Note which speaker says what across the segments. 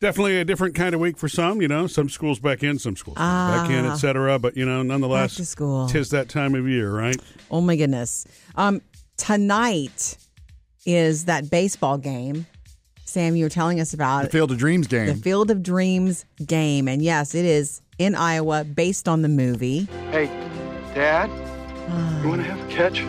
Speaker 1: definitely a different kind of week for some. You know, some schools back in, some schools back in,
Speaker 2: Ah.
Speaker 1: etc. But you know, nonetheless,
Speaker 2: to school.
Speaker 1: tis that time of year, right?
Speaker 2: Oh my goodness. Um, tonight is that baseball game. Sam, you were telling us about
Speaker 3: The Field of Dreams
Speaker 2: the
Speaker 3: game.
Speaker 2: Field of Dreams game. And yes, it is in Iowa based on the movie.
Speaker 4: Hey, Dad, you want to have a catch?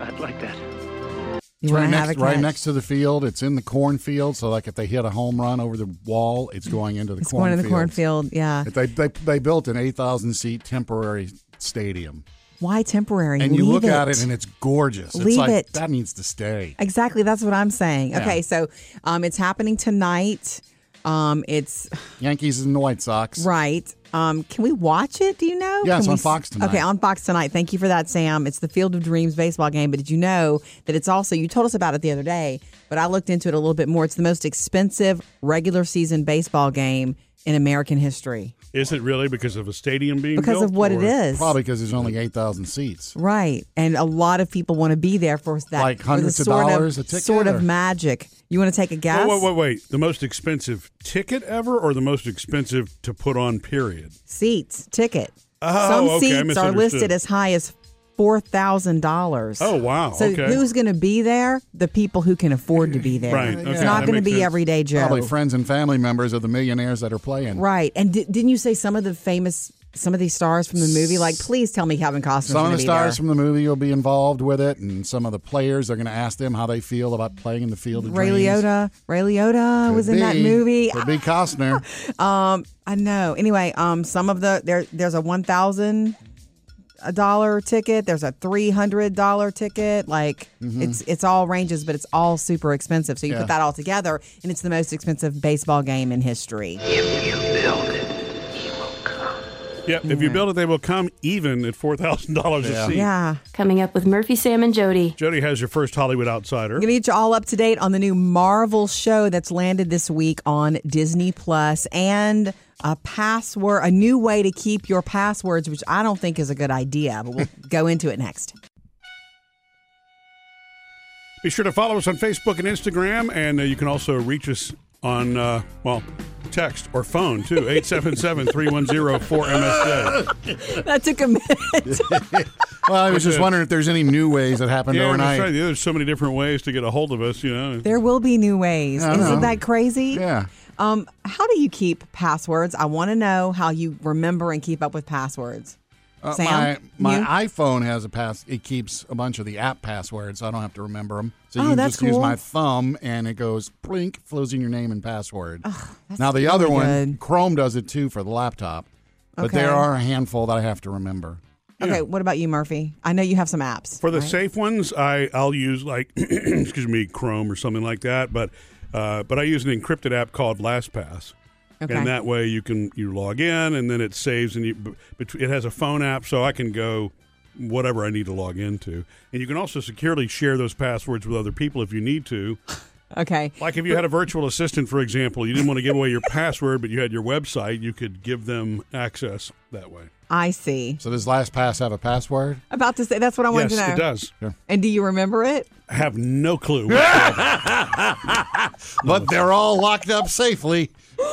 Speaker 4: I'd like that.
Speaker 2: You
Speaker 3: It's right
Speaker 2: wanna
Speaker 3: next,
Speaker 2: have a
Speaker 3: right
Speaker 2: catch?
Speaker 3: next to the field. It's in the cornfield. So, like, if they hit a home run over the wall, it's going into the
Speaker 2: It's going
Speaker 3: cornfield.
Speaker 2: to the cornfield. Yeah.
Speaker 3: They, they, they built an 8,000 seat temporary stadium.
Speaker 2: Why temporary?
Speaker 3: And you
Speaker 2: Leave
Speaker 3: look at it and it's gorgeous.
Speaker 2: Leave
Speaker 3: it's like,
Speaker 2: it.
Speaker 3: that needs to stay.
Speaker 2: Exactly. That's what I'm saying.
Speaker 3: Yeah.
Speaker 2: Okay. So um, it's happening tonight. Um, it's
Speaker 3: Yankees and the White Sox.
Speaker 2: right. Um, can we watch it? Do you know?
Speaker 3: Yeah, it's
Speaker 2: Can we
Speaker 3: on
Speaker 2: s-
Speaker 3: Fox tonight.
Speaker 2: Okay, on Fox tonight. Thank you for that, Sam. It's the Field of Dreams baseball game. But did you know that it's also, you told us about it the other day, but I looked into it a little bit more. It's the most expensive regular season baseball game in American history
Speaker 1: Is it really because of a stadium being
Speaker 2: because
Speaker 1: built,
Speaker 2: of what it
Speaker 1: or-
Speaker 2: is.
Speaker 3: Probably because there's only 8,000 seats.
Speaker 2: Right. And a lot of people want to be there for that.
Speaker 3: Like
Speaker 2: for the
Speaker 3: hundreds of
Speaker 2: sort
Speaker 3: dollars a ticket,
Speaker 2: Sort
Speaker 3: or-
Speaker 2: of magic. You want to take a guess?
Speaker 1: Oh, wait, wait, wait. The most expensive ticket ever, or the most expensive to put on? Period.
Speaker 2: seats ticket.
Speaker 1: Oh,
Speaker 2: Some
Speaker 1: okay, I
Speaker 2: seats are
Speaker 1: misunderstood.
Speaker 2: listed as high as four thousand dollars.
Speaker 1: Oh, wow,
Speaker 2: So
Speaker 1: okay.
Speaker 2: who's going to be there? The people who can afford to be there.
Speaker 1: Right,
Speaker 2: It's
Speaker 1: okay,
Speaker 2: not
Speaker 1: that
Speaker 2: going to
Speaker 1: makes
Speaker 2: be
Speaker 1: sense.
Speaker 2: everyday Joe.
Speaker 3: Probably friends and family members of the millionaires that are playing.
Speaker 2: Right. And di- didn't you say some of the famous, some of these stars from the movie? Like, please tell me Kevin Costner's
Speaker 3: Some of
Speaker 2: going
Speaker 3: the
Speaker 2: to be there.
Speaker 3: stars from the movie will be involved with it, and some of the players are going to ask them how they feel about playing in the field of
Speaker 2: Ray
Speaker 3: dreams.
Speaker 2: Liotta. Ray Liotta
Speaker 3: Could
Speaker 2: was in that
Speaker 3: be.
Speaker 2: movie.
Speaker 3: Could be Costner.
Speaker 2: Um, I know. Anyway, um, some of the there there's a one thousand a dollar ticket. There's a three hundred dollar ticket. Like it's it's all ranges, but it's all super expensive. So you
Speaker 3: Yeah.
Speaker 2: put that all together, and it's the most expensive baseball game in history.
Speaker 5: If you build it, he will come.
Speaker 1: Yep. If you build it, they will come even at four thousand dollars a
Speaker 3: Yeah.
Speaker 1: seat.
Speaker 2: Yeah,
Speaker 6: Coming up with Murphy, Sam, and Jody.
Speaker 1: Jody has your first Hollywood outsider.
Speaker 2: I'm gonna get you all up to date on the new Marvel show that's landed this week on Disney Plus and. A password, a new way to keep your passwords, which I don't think is a good idea, but we'll go into it next.
Speaker 1: Be sure to follow us on Facebook and Instagram, and uh, you can also reach us on, uh, well, text or phone too, 877 310 4MSJ.
Speaker 2: That took a minute.
Speaker 3: Well, I was just wondering if there's any new ways that happened
Speaker 1: Yeah,
Speaker 3: overnight.
Speaker 1: that's right. There's so many different ways to get a hold of us, you know.
Speaker 2: There will be new ways.
Speaker 3: I know.
Speaker 2: Isn't that crazy?
Speaker 3: Yeah.
Speaker 2: Um, how do you keep passwords? I want to know how you remember and keep up with passwords.
Speaker 3: Uh,
Speaker 2: Sam,
Speaker 3: my
Speaker 2: you?
Speaker 3: my iPhone has a pass. It keeps a bunch of the app passwords, so I don't have to remember them. So you
Speaker 2: Oh,
Speaker 3: can
Speaker 2: that's
Speaker 3: just use
Speaker 2: cool.
Speaker 3: my thumb, and it goes blink, flows in your name and password. now the other
Speaker 2: really
Speaker 3: one,
Speaker 2: good.
Speaker 3: Chrome does it too for the laptop, but
Speaker 2: Okay.
Speaker 3: there are a handful that I have to remember.
Speaker 2: Okay, what about you, Murphy? I know you have some apps.
Speaker 1: For the
Speaker 2: right?
Speaker 1: safe ones, I I'll use like excuse me Chrome or something like that, but uh, but I use an encrypted app called LastPass.
Speaker 2: Okay.
Speaker 1: And that way you can you log in and then it saves and you b- bet- it has a phone app so I can go whatever I need to log into. And you can also securely share those passwords with other people if you need to.
Speaker 2: okay.
Speaker 1: Like if you had a virtual assistant for example, you didn't want to give away your password but you had your website, you could give them access that way.
Speaker 2: I see.
Speaker 3: So does LastPass have a password?
Speaker 2: About to say that's what I wanted
Speaker 1: yes,
Speaker 2: to know.
Speaker 1: it does.
Speaker 2: And do you remember it?
Speaker 1: I have no clue.
Speaker 3: But they're all locked up safely.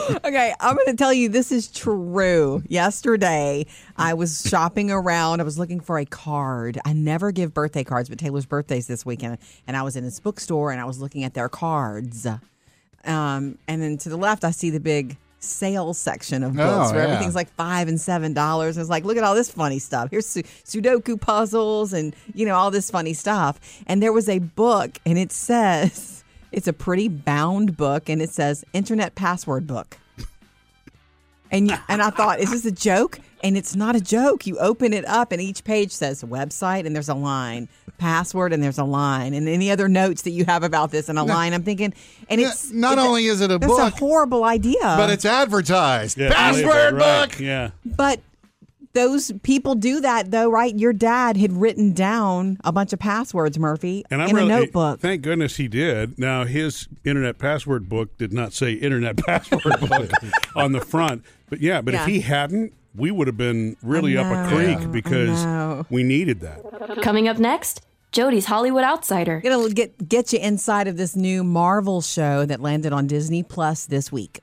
Speaker 2: Okay, I'm going to tell you this is true. Yesterday, I was shopping around. I was looking for a card. I never give birthday cards, but Taylor's birthday's this weekend, and I was in his bookstore and I was looking at their cards. Um, and then to the left, I see the big sale section of books
Speaker 3: Oh,
Speaker 2: where
Speaker 3: yeah.
Speaker 2: everything's like five and seven dollars. I was like, look at all this funny stuff. Here's su- Sudoku puzzles and you know all this funny stuff. And there was a book, and it says it's a pretty bound book, and it says internet password book. And and I thought, is this a joke? And it's not a joke. You open it up, and each page says website, and there's a line, password, and there's a line, and any other notes that you have about this, and a line. I'm thinking, and
Speaker 3: Yeah,
Speaker 2: it's
Speaker 3: not
Speaker 2: it's
Speaker 3: only is it a
Speaker 2: that's
Speaker 3: book,
Speaker 2: a horrible idea,
Speaker 3: but it's advertised.
Speaker 1: Yeah,
Speaker 3: password
Speaker 1: right.
Speaker 3: book.
Speaker 1: Yeah.
Speaker 2: but those people do that though, right? Your dad had written down a bunch of passwords, Murphy,
Speaker 1: And I'm
Speaker 2: in
Speaker 1: really,
Speaker 2: a notebook.
Speaker 1: Thank goodness he did. Now his internet password book did not say internet password book on the front. But yeah, but
Speaker 2: Yeah.
Speaker 1: if he hadn't, we would have been really up a
Speaker 2: know, I
Speaker 1: creek because
Speaker 2: know.
Speaker 1: we needed that.
Speaker 6: Coming up next, Jody's Hollywood Outsider.
Speaker 2: It'll get get you inside of this new Marvel show that landed on Disney Plus this week.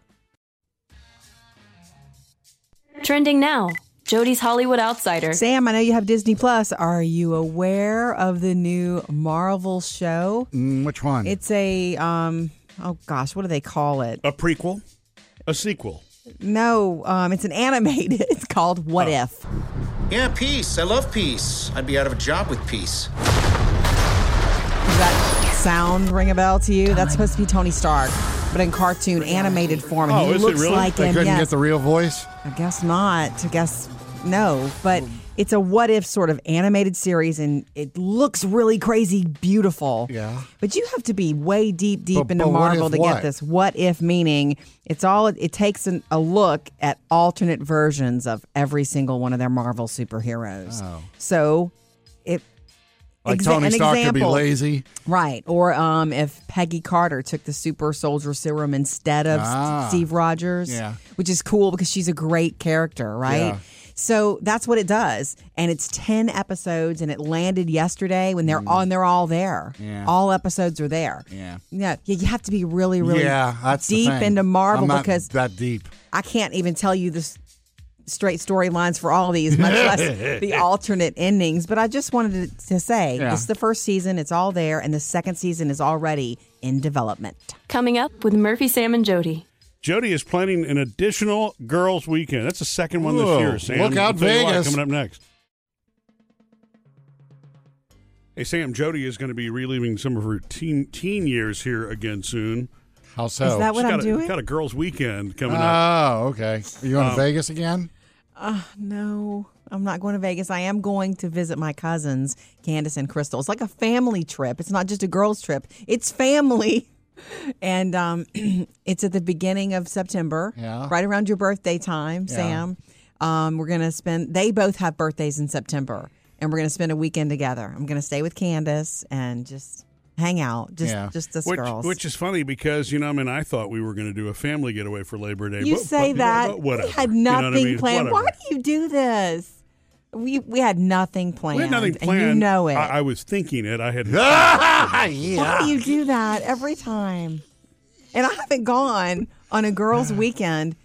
Speaker 6: Trending now Jody's Hollywood Outsider.
Speaker 2: Sam, I know you have Disney Plus. Are you aware of the new Marvel show?
Speaker 3: Mm, which one?
Speaker 2: It's a um oh gosh, what do they call it?
Speaker 1: A prequel, a sequel.
Speaker 2: No, um it's an animated. It's called
Speaker 1: Oh.
Speaker 2: What If.
Speaker 7: Yeah, peace. I love peace. I'd be out of a job with peace.
Speaker 2: Does that sound ring a bell to you? That's supposed to be Tony Stark, but in cartoon animated form. And
Speaker 1: Oh,
Speaker 2: he
Speaker 1: is it
Speaker 2: looks
Speaker 1: really?
Speaker 2: like
Speaker 3: they
Speaker 2: him.
Speaker 3: couldn't
Speaker 2: yes.
Speaker 3: get the real voice.
Speaker 2: I guess not. I guess no. But
Speaker 3: Hmm.
Speaker 2: it's a what if sort of animated series, and it looks really crazy beautiful.
Speaker 3: Yeah.
Speaker 2: But you have to be way deep, deep
Speaker 3: But-
Speaker 2: into
Speaker 3: but what
Speaker 2: Marvel
Speaker 3: if
Speaker 2: to
Speaker 3: what?
Speaker 2: get this. What if meaning? It's all. It takes an, a look at alternate versions of every single one of their Marvel superheroes.
Speaker 3: Oh.
Speaker 2: So, it
Speaker 3: Like
Speaker 2: Exa-
Speaker 3: Tony
Speaker 2: an
Speaker 3: Stark could be
Speaker 2: example.
Speaker 3: lazy.
Speaker 2: Right. Or um, if Peggy Carter took the super soldier serum instead of S-
Speaker 3: Ah.
Speaker 2: Steve Rogers,
Speaker 3: Yeah.
Speaker 2: which is cool because she's a great character, right?
Speaker 3: Yeah.
Speaker 2: So that's what it does. And it's 10 episodes and it landed yesterday when they're on, they're all there.
Speaker 3: Hmm. Yeah.
Speaker 2: All episodes are there.
Speaker 3: Yeah.
Speaker 2: No, you you have to be really, really
Speaker 3: yeah, that's the
Speaker 2: deep
Speaker 3: thing.
Speaker 2: into Marvel
Speaker 3: I'm not
Speaker 2: because
Speaker 3: that deep.
Speaker 2: I can't even tell you the s- straight storylines for all these, much less the alternate endings. But I just wanted to, to say
Speaker 3: Yeah.
Speaker 2: it's the first season, it's all there, and the second season is already in development.
Speaker 6: Coming up with Murphy, Sam, and Jody.
Speaker 1: Jody is planning an additional girls' weekend. That's the second one this
Speaker 3: Whoa,
Speaker 1: year. Sam,
Speaker 3: look out,
Speaker 1: I'll tell you why,
Speaker 3: Vegas.
Speaker 1: coming up next. Hey, Sam. Jody is going to be reliving some of her teen teen years here again soon.
Speaker 3: How so?
Speaker 2: that what
Speaker 1: She's
Speaker 2: I'm
Speaker 1: got a,
Speaker 2: doing?
Speaker 1: Got a girls' weekend coming up.
Speaker 3: Oh, okay. Are you going
Speaker 1: Um,
Speaker 3: to Vegas again?
Speaker 2: No, I'm not going to Vegas. I am going to visit my cousins, Candace and Crystal. It's like a family trip. It's not just a girls' trip. It's family. And um, it's at the beginning of September,
Speaker 3: Yeah.
Speaker 2: right around your birthday time, Sam. Um, we're going to spend, they both have birthdays in September, and we're going to spend a weekend together. I'm going to stay with Candace and just hang out, just
Speaker 3: Yeah.
Speaker 2: just us
Speaker 1: Which,
Speaker 2: girls.
Speaker 1: which is funny because you know, I mean, I thought we were going to do a family getaway for Labor Day.
Speaker 2: you
Speaker 1: but-
Speaker 2: say
Speaker 1: but-
Speaker 2: that.
Speaker 1: but whatever.
Speaker 2: We had
Speaker 1: You know what I
Speaker 2: nothing
Speaker 1: mean?
Speaker 2: planned.
Speaker 1: Whatever.
Speaker 2: Why do you do this? We, we had nothing planned.
Speaker 1: We had nothing planned.
Speaker 2: And you know it.
Speaker 1: I, I was thinking it. I had.
Speaker 2: Why do you do that every time? And I haven't gone on a girls' weekend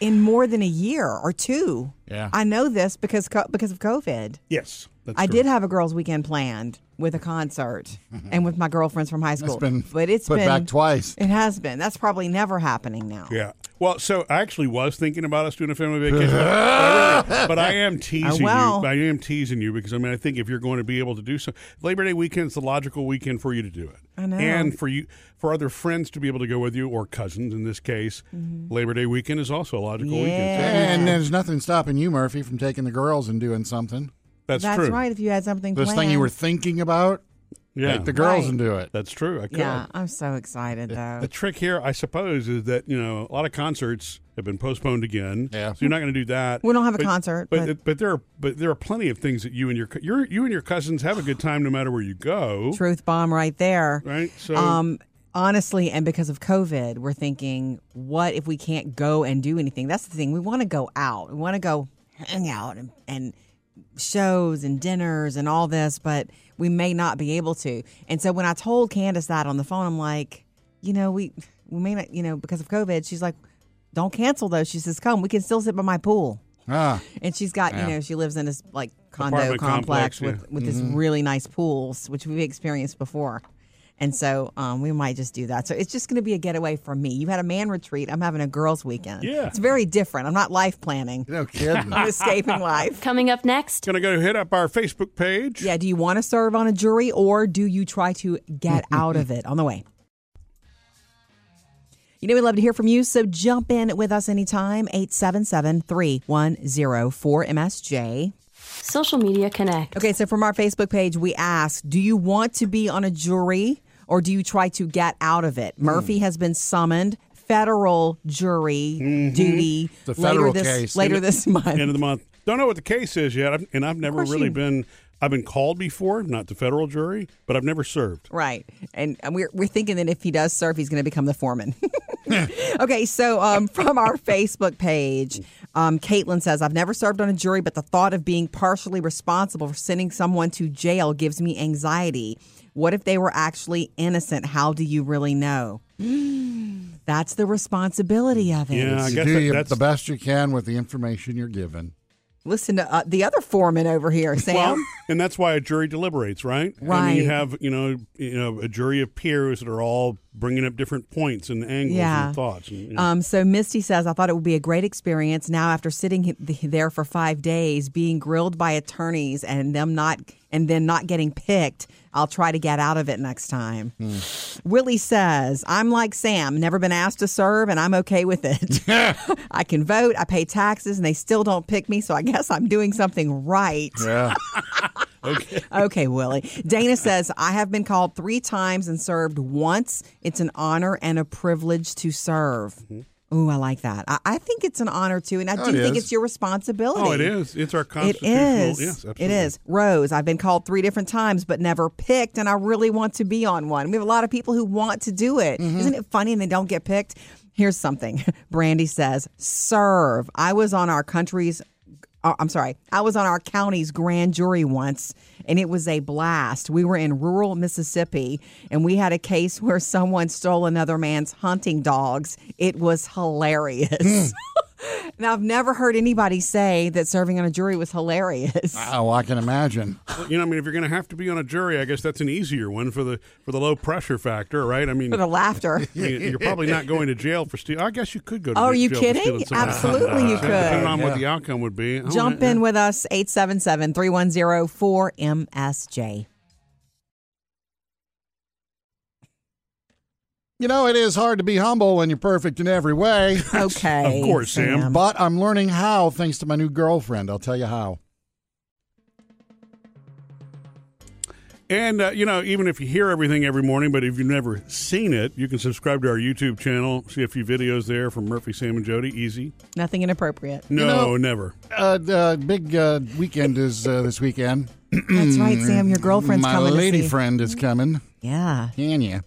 Speaker 2: in more than a year or two.
Speaker 3: Yeah.
Speaker 2: I know this because co- because of COVID.
Speaker 1: Yes, that's
Speaker 2: I
Speaker 1: correct.
Speaker 2: did have a girls' weekend planned with a concert and with my girlfriends from high school.
Speaker 3: been
Speaker 2: but it's
Speaker 3: put
Speaker 2: been
Speaker 3: back twice.
Speaker 2: It has been. That's probably never happening now.
Speaker 1: Yeah. Well, so I actually was thinking about us doing a family vacation, but, I really- but I am teasing
Speaker 2: well.
Speaker 1: you. I am teasing you because I mean I think if you're going to be able to do so, Labor Day weekend is the logical weekend for you to do it.
Speaker 2: I know.
Speaker 1: And for you, for other friends to be able to go with you or cousins in this case, Labor Day weekend is also a logical weekend. So
Speaker 2: Mm-hmm. Yeah.
Speaker 3: And there's nothing stopping you, Murphy, from taking the girls and doing something.
Speaker 1: that's,
Speaker 2: That's
Speaker 1: true.
Speaker 2: right. If you had something
Speaker 3: This
Speaker 2: planned.
Speaker 3: thing you were thinking about,
Speaker 1: Yeah.
Speaker 3: take the girls
Speaker 2: Right.
Speaker 3: and do it.
Speaker 1: that's true. I could.
Speaker 2: Yeah, I'm so excited though.
Speaker 1: The trick here, I suppose, is that you know a lot of concerts have been postponed again.
Speaker 3: Yeah.
Speaker 1: So you're not going to do that.
Speaker 2: We don't have a
Speaker 1: But-
Speaker 2: concert,
Speaker 1: but,
Speaker 2: but-
Speaker 1: but there are but there are plenty of things that you and your co- your you and your cousins have a good time no matter where you go.
Speaker 2: Truth bomb right there.
Speaker 1: Right. So
Speaker 2: Um, honestly, and because of COVID, we're thinking, what if we can't go and do anything? That's the thing. We want to go out. We want to go hang out and, and shows and dinners and all this, but we may not be able to. And so when I told Candace that on the phone, I'm like, you know, we we may not, you know, because of COVID. She's like, don't cancel though. She says, come, we can still sit by my pool.
Speaker 3: Ah,
Speaker 2: And she's got, you
Speaker 3: Yeah.
Speaker 2: know, she lives in this like condo
Speaker 1: Apartment
Speaker 2: complex,
Speaker 1: complex, yeah. Mm-hmm.
Speaker 2: with, with this really nice pools, which we've experienced before. And so um, we might just do that. So it's just going to be a getaway for me. You had a man retreat. I'm having a girls' weekend.
Speaker 1: Yeah.
Speaker 2: It's very different. I'm not life planning,
Speaker 3: no kidding.
Speaker 2: I'm escaping life.
Speaker 6: Coming up next,
Speaker 1: gonna go hit up our Facebook page.
Speaker 2: Yeah. Do you want to serve on a jury or do you try to get out of it on the way? You know, we love to hear from you, so jump in with us anytime. 877 310 4MSJ.
Speaker 6: Social Media Connect.
Speaker 2: Okay, so from our Facebook page, we asked Do you want to be on a jury or do you try to get out of
Speaker 3: Hmm.
Speaker 2: it? Murphy has been summoned. Federal jury duty
Speaker 3: Mm-hmm. The federal
Speaker 2: later this
Speaker 3: case.
Speaker 2: later this month.
Speaker 1: End of the month. Don't know what the case is yet, I've- and I've never
Speaker 2: course
Speaker 1: really
Speaker 2: you-
Speaker 1: been. I've been called before, not to federal jury, but I've never served.
Speaker 2: Right. And and we're, we're thinking that if he does serve, he's going to become the foreman. okay. So, um, from our Facebook page, um, Caitlin says, I've never served on a jury, but the thought of being partially responsible for sending someone to jail gives me anxiety. What if they were actually innocent? How do you really know? That's the responsibility of it.
Speaker 1: Yeah, I
Speaker 3: You
Speaker 1: guess
Speaker 3: do
Speaker 1: that-
Speaker 3: your-
Speaker 1: that's-
Speaker 3: the best you can with the information you're given.
Speaker 2: Listen to uh, the other foreman over here, Sam.
Speaker 1: Well, and that's why a jury deliberates, right? I mean,
Speaker 2: Right.
Speaker 1: you have you know you know a jury of peers that are all bringing up different points and angles
Speaker 2: Yeah.
Speaker 1: and thoughts. And, you know.
Speaker 2: Um, so Misty says, I thought it would be a great experience. Now, after sitting h- th- there for five days, being grilled by attorneys, and them not, and then not getting picked, I'll try to get out of it next time. Willie says, I'm like Sam, never been asked to serve, and I'm okay with it. I can vote, I pay taxes, and they still don't pick me. So I guess I'm doing something right.
Speaker 3: Yeah.
Speaker 2: Okay, Willie. Dana says, I have been called three times and served once. It's an honor and a privilege to serve. Ooh, I like that. I, I think it's an honor too, and I
Speaker 3: Mm-hmm. Oh,
Speaker 2: do
Speaker 3: it
Speaker 2: think
Speaker 3: is.
Speaker 2: it's your responsibility.
Speaker 1: oh, it is. It's our
Speaker 2: It
Speaker 1: constitutional.
Speaker 2: is.
Speaker 1: Yes, absolutely.
Speaker 2: it is. Rose, I've been called three different times, but never picked, and I really want to be on one. We have a lot of people who want to do it.
Speaker 1: Mm-hmm.
Speaker 2: not it funny and they don't get picked? Here's something. Brandy says, serve. I was on our country's. uh, I'm sorry. I was on our county's grand jury once, and it was a blast. We were in rural Mississippi, and we had a case where someone stole another man's hunting dogs. It was hilarious. Now, I've never heard anybody say that serving on a jury was hilarious.
Speaker 3: Oh, I can imagine.
Speaker 1: You know, I mean, if you're going to have to be on a jury, I guess that's an easier one for the for the low pressure factor, right? I mean,
Speaker 2: For the laughter.
Speaker 1: I mean, you're probably not going to jail for stealing. I guess you could go. to
Speaker 2: Oh, are
Speaker 1: jail
Speaker 2: you
Speaker 1: for
Speaker 2: kidding?
Speaker 1: stealing somebody's
Speaker 2: Absolutely you
Speaker 1: Yeah, Depending
Speaker 2: could.
Speaker 1: on
Speaker 3: Yeah.
Speaker 1: what the outcome would be. Oh,
Speaker 2: Jump
Speaker 1: yeah.
Speaker 2: in with us, 877 310 4MSJ.
Speaker 3: You know, it is hard to be humble when you're perfect in every way.
Speaker 2: Okay.
Speaker 1: Of course, Sam.
Speaker 3: But I'm learning how thanks to my new girlfriend. I'll tell you how.
Speaker 1: And uh, you know, even if you hear everything every morning, but if you've never seen it, you can subscribe to our YouTube channel. See a few videos there from Murphy, Sam, and Jody. Easy.
Speaker 2: Nothing inappropriate.
Speaker 1: No,
Speaker 3: know-
Speaker 1: never.
Speaker 3: Uh, the big uh, weekend is uh, this weekend.
Speaker 2: That's right, Sam. Your girlfriend's
Speaker 3: Mm, my
Speaker 2: coming
Speaker 3: lady
Speaker 2: to see.
Speaker 3: friend is coming.
Speaker 2: Yeah.
Speaker 3: Can you?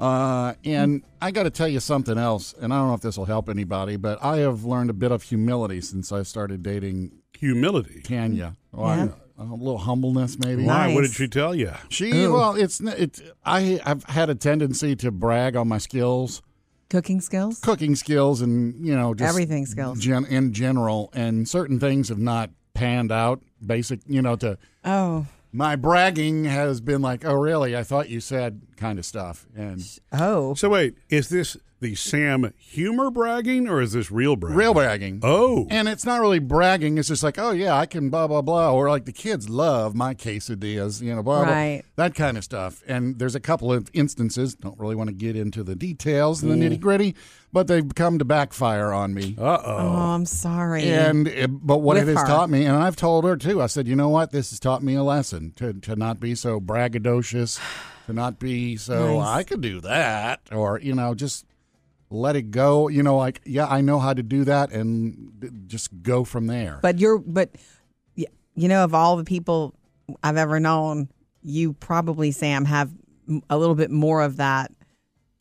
Speaker 3: Uh, and I got to tell you something else, and I don't know if this will help anybody, but I have learned a bit of humility since I started dating
Speaker 1: Humility.
Speaker 3: Tanya. Or
Speaker 2: Yeah.
Speaker 3: a little humbleness, maybe.
Speaker 1: Why? What
Speaker 2: Nice.
Speaker 1: did she tell you?
Speaker 3: She
Speaker 2: Ooh.
Speaker 3: well, it's n- it's I I've had a tendency to brag on my skills,
Speaker 2: Cooking skills?
Speaker 3: cooking skills, and you know just
Speaker 2: Everything skills.
Speaker 3: gen, in general. And certain things have not panned out. Basic, you know, to
Speaker 2: Oh.
Speaker 3: my bragging has been like, oh really? I thought you said kind of stuff, and
Speaker 2: Oh.
Speaker 1: So wait, is this the Sam humor bragging or is this real bragging?
Speaker 3: real bragging.
Speaker 1: Oh,
Speaker 3: And it's not really bragging. It's just like, oh yeah, I can blah blah blah, or like the kids love my quesadillas, you know, blah
Speaker 2: Right.
Speaker 3: blah, that kind of stuff. And there's a couple of instances. Don't really want to get into the details and the nitty gritty, but they've come to backfire on me.
Speaker 2: Oh, I'm sorry.
Speaker 3: And uh, but what
Speaker 2: With
Speaker 3: it has
Speaker 2: her.
Speaker 3: taught me, and I've told her too. I said, you know what, this has taught me a lesson to to not be so braggadocious, to not be so
Speaker 2: Nice.
Speaker 3: I could do that, or you know, just let it go. You know, like yeah, I know how to do that, and th- just go from there.
Speaker 2: But you're, but y- you know, of all the people I've ever known, you probably Sam have m- a little bit more of that.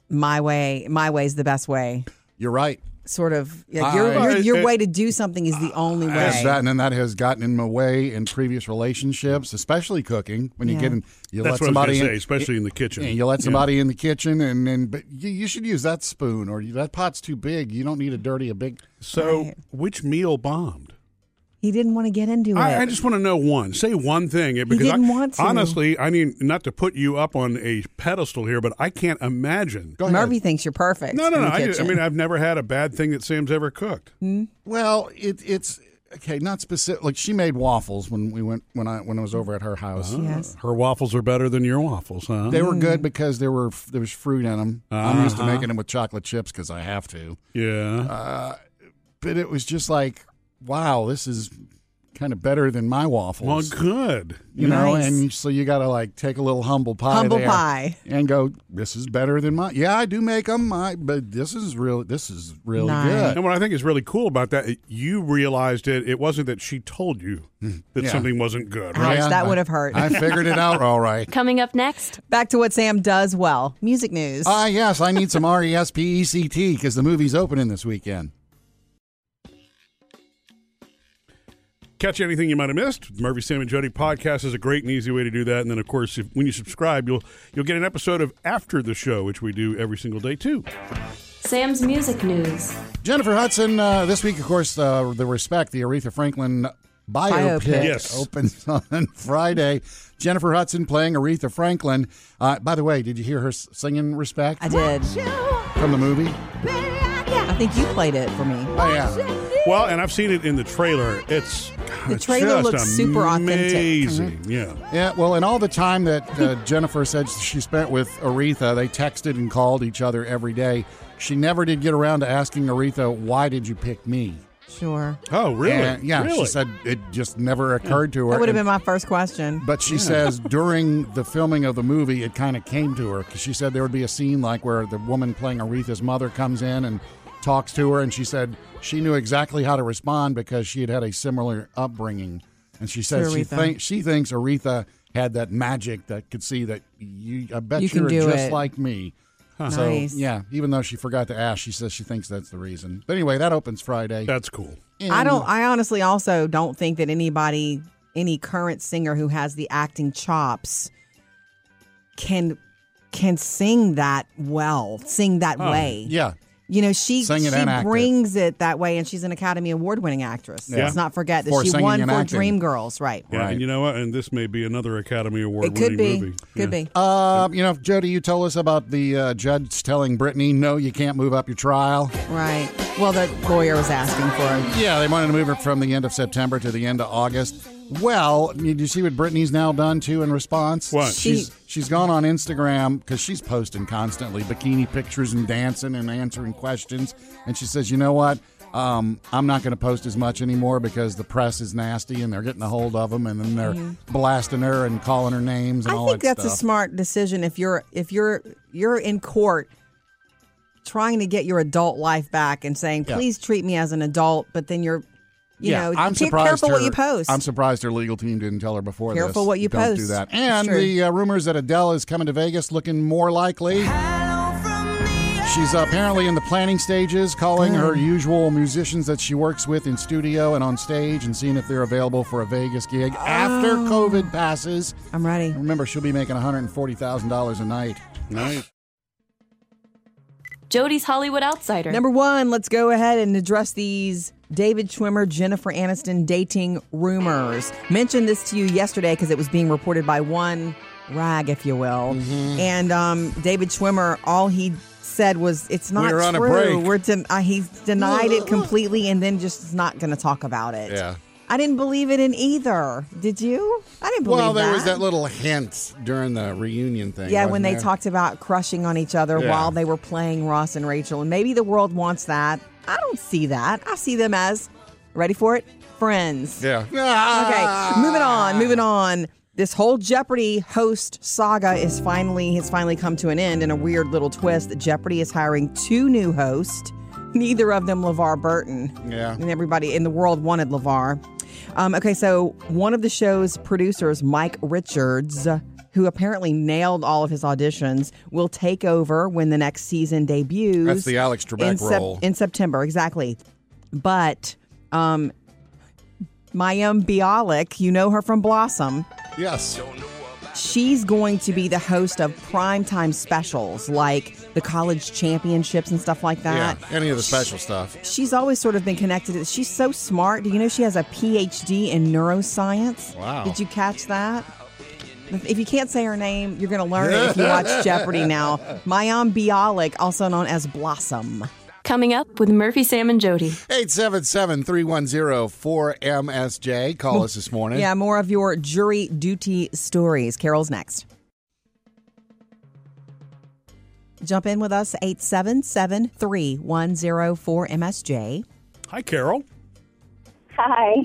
Speaker 2: My way, my way's the best way.
Speaker 3: You're right.
Speaker 2: Sort of, yeah,
Speaker 3: I-
Speaker 2: your, your, your
Speaker 1: Uh,
Speaker 2: way to do something is the only way.
Speaker 3: Yes, that, and then that has gotten in my way in previous relationships, especially cooking. When you
Speaker 2: Yeah.
Speaker 3: get in,
Speaker 1: that's
Speaker 3: you let
Speaker 1: what I was
Speaker 3: somebody
Speaker 1: going to
Speaker 3: in-
Speaker 1: say, especially in the kitchen.
Speaker 3: And you let somebody in the kitchen, and and but you, you should use that spoon, or you, that pot's too big. You don't need a dirty a big.
Speaker 1: So,
Speaker 2: Right.
Speaker 1: which meal bombed?
Speaker 2: He didn't want to get into it.
Speaker 1: I, I just want to know one. Say one thing because
Speaker 2: didn't
Speaker 1: I,
Speaker 2: want to. Oh. Uh, Hmm. Uh-huh.
Speaker 3: Ah, E
Speaker 6: Sam's Music News.
Speaker 3: Jennifer Hudson, uh, this week, of course, uh, the Respect, the Aretha Franklin biopic,
Speaker 2: Biopic.
Speaker 1: Yes.
Speaker 3: opens on Friday. Jennifer Hudson playing Aretha Franklin. Uh, by the way, did you hear her s- singing Respect
Speaker 2: I did.
Speaker 3: from the movie?
Speaker 2: I think you played it for me.
Speaker 3: Oh, yeah.
Speaker 1: Well, and I've seen it in the trailer. It's
Speaker 2: The trailer
Speaker 1: just
Speaker 2: looks super authentic. Mm-hmm.
Speaker 1: amazing. Yeah,
Speaker 3: Yeah, well, in all the time that uh, Jennifer said she spent with Aretha, they texted and called each other every day. She never did get around to asking Aretha, why did you pick me?
Speaker 2: Sure.
Speaker 1: oh really?
Speaker 3: And, yeah,
Speaker 1: really?
Speaker 3: she said it just never occurred to her.
Speaker 2: That would have
Speaker 3: And-
Speaker 2: been my first question.
Speaker 3: But she says during the filming of the movie, it kind of came to her 'cause she said there would be a scene like where the woman playing Aretha's mother comes in and talks to her, and she said she knew exactly how to respond because she had had a similar upbringing, and she says she
Speaker 2: Aretha.
Speaker 3: thinks she thinks Aretha had that magic that could see that you. I bet
Speaker 2: You
Speaker 3: you,
Speaker 2: can
Speaker 3: are
Speaker 2: do
Speaker 3: just
Speaker 2: it.
Speaker 3: like me. So
Speaker 2: Nice.
Speaker 3: yeah, even though she forgot to ask, she says she thinks that's the reason. But anyway, that opens Friday.
Speaker 1: that's cool.
Speaker 2: I don't. I honestly also don't think that anybody, any current singer who has the acting chops, can can sing that well, sing that way.
Speaker 3: Yeah,
Speaker 2: You know, she
Speaker 3: Sing it
Speaker 2: she
Speaker 3: and act it.
Speaker 2: brings it. that way, and she's an Academy Award winning actress.
Speaker 1: Yeah.
Speaker 2: Let's not forget that
Speaker 3: For
Speaker 2: she
Speaker 3: singing
Speaker 2: won
Speaker 3: and
Speaker 2: for
Speaker 3: acting.
Speaker 2: Dreamgirls, right?
Speaker 1: Yeah,
Speaker 3: Right.
Speaker 1: and you know what? And this may be another Academy Award
Speaker 2: It could be.
Speaker 1: winning movie.
Speaker 2: Could be. Oh,
Speaker 3: Uh, you know, Jody, you told us about the uh, judge telling Brittany, no, you can't move up your trial.
Speaker 2: Right. Well, the lawyer was asking for it.
Speaker 3: Yeah, they wanted to move it from the end of September to the end of August. Well, did you see what Brittany's now done too in response?
Speaker 1: What?
Speaker 2: She-
Speaker 3: She's she's gone on Instagram because she's posting constantly bikini pictures and dancing and answering questions, and she says, you know what? Um, I'm not going to post as much anymore because the press is nasty and they're getting a hold of them and then they're blasting her and calling her names and
Speaker 2: I
Speaker 3: all
Speaker 2: think
Speaker 3: that
Speaker 2: that's a
Speaker 3: stuff.
Speaker 2: smart decision if you're if you're you're in court trying to get your adult life back and saying
Speaker 3: Yeah.
Speaker 2: please treat me as an adult, but then you're you know
Speaker 3: I'm
Speaker 2: be
Speaker 3: surprised
Speaker 2: careful what
Speaker 3: her-
Speaker 2: you post.
Speaker 3: I'm surprised her legal team didn't tell her before this.
Speaker 2: Careful what you
Speaker 3: Don't do
Speaker 2: post.
Speaker 3: that. And
Speaker 2: Sure.
Speaker 3: the uh, rumors that Adele is coming to Vegas looking more likely. She's apparently in the planning stages, calling her usual musicians that she works with in studio and on stage and seeing if they're available for a Vegas gig after
Speaker 2: Oh.
Speaker 3: COVID passes.
Speaker 2: I'm ready.
Speaker 3: Remember, she'll be making $140,000 a night.
Speaker 1: Nice.
Speaker 6: Jody's Hollywood Outsider.
Speaker 2: Number one, let's go ahead and address these David Schwimmer, Jennifer Aniston dating rumors. Mentioned this to you yesterday because it was being reported by one rag, if you will.
Speaker 3: Mm-hmm.
Speaker 2: And um, David Schwimmer, all he said was, "It's not
Speaker 3: We're on a
Speaker 2: true.
Speaker 3: break.
Speaker 2: We're de- uh, he's denied it completely, and then just is not going to talk about it."
Speaker 3: Yeah.
Speaker 2: I didn't believe it in either. Did you? I didn't believe
Speaker 3: Well, there was that little hint during the reunion thing.
Speaker 2: yeah,
Speaker 3: wasn't
Speaker 2: when they
Speaker 3: there?
Speaker 2: talked about crushing on each other
Speaker 3: Yeah.
Speaker 2: while they were playing Ross and Rachel. And maybe the world wants that. I don't see that. I see them as, ready for it? Friends.
Speaker 3: Yeah. Ah.
Speaker 2: Okay, moving on, moving on. This whole Jeopardy host saga is finally has finally come to an end in a weird little twist that Jeopardy is hiring two new hosts, neither of them LeVar Burton.
Speaker 3: Yeah.
Speaker 2: And everybody in the world wanted LeVar. Um, okay, so one of the show's producers, Mike Richards, who apparently nailed all of his auditions, will take over when the next season debuts.
Speaker 3: That's the Alex Trebek
Speaker 2: in Sep-
Speaker 3: role.
Speaker 2: in September, exactly. But um Mayim Bialik, you know her from Blossom.
Speaker 3: Yes.
Speaker 2: She's going to be the host of primetime specials like the college championships and stuff like
Speaker 3: Yeah.
Speaker 2: that.
Speaker 3: Any of the special stuff.
Speaker 2: She's always sort of been connected. to- She's so smart. Do you know she has a PhD in neuroscience?
Speaker 3: Wow.
Speaker 2: Did you catch that? If you can't say her name, you're going to learn it if you watch Jeopardy now. Mayim Bialik, also known as Blossom.
Speaker 6: Coming up with Murphy, Sam, and Jody.
Speaker 3: 877-310-4MSJ. Call us this morning.
Speaker 2: Yeah, more of your jury duty stories. Carol's next. Jump in with us, 877 3104 MSJ.
Speaker 1: Hi, Carol.
Speaker 8: Hi.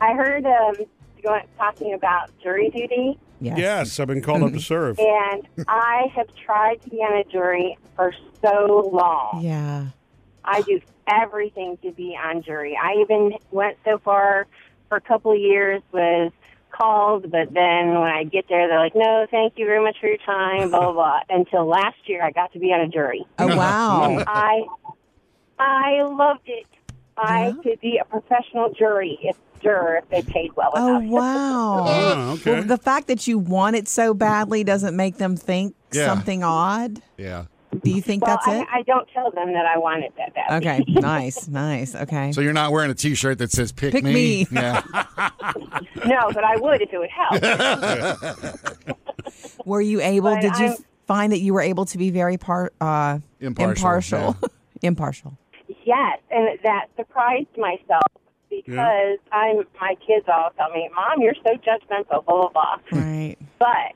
Speaker 8: I heard um, going, talking about jury duty,
Speaker 2: Yes.
Speaker 1: Yes, I've been called up to serve.
Speaker 8: and I have tried to be on a jury for so long.
Speaker 2: Yeah.
Speaker 8: I do everything to be on jury. I even went so far for a couple of years was called, but then when I get there, they're like, no, thank you very much for your time, blah, blah, blah. Until last year, I got to be on a jury.
Speaker 2: Oh, wow.
Speaker 8: I I loved it. I
Speaker 2: Yeah?
Speaker 8: could be a professional jury if juror if they paid well
Speaker 2: Oh,
Speaker 8: enough.
Speaker 2: wow.
Speaker 1: Ah, okay.
Speaker 2: Well, the fact that you want it so badly doesn't make them think
Speaker 3: Yeah.
Speaker 2: something odd.
Speaker 3: Yeah.
Speaker 2: Do you think
Speaker 8: Well,
Speaker 2: that's
Speaker 8: I,
Speaker 2: it?
Speaker 8: I don't tell them that I want it that bad.
Speaker 2: okay. nice. Nice. Okay.
Speaker 3: So you're not wearing a T-shirt that says "Pick,
Speaker 2: Pick me.
Speaker 3: Yeah.
Speaker 8: No, but I would if it would help.
Speaker 2: were you able?
Speaker 8: But
Speaker 2: Did you
Speaker 8: I'm-
Speaker 2: find that you were able to be very par, uh,
Speaker 3: Impartial,
Speaker 2: impartial?
Speaker 3: yeah.
Speaker 2: Impartial.
Speaker 8: yes, and that surprised myself because I'm my kids all tell me, "Mom, you're so judgmental." Blah blah blah.
Speaker 2: Right.
Speaker 8: But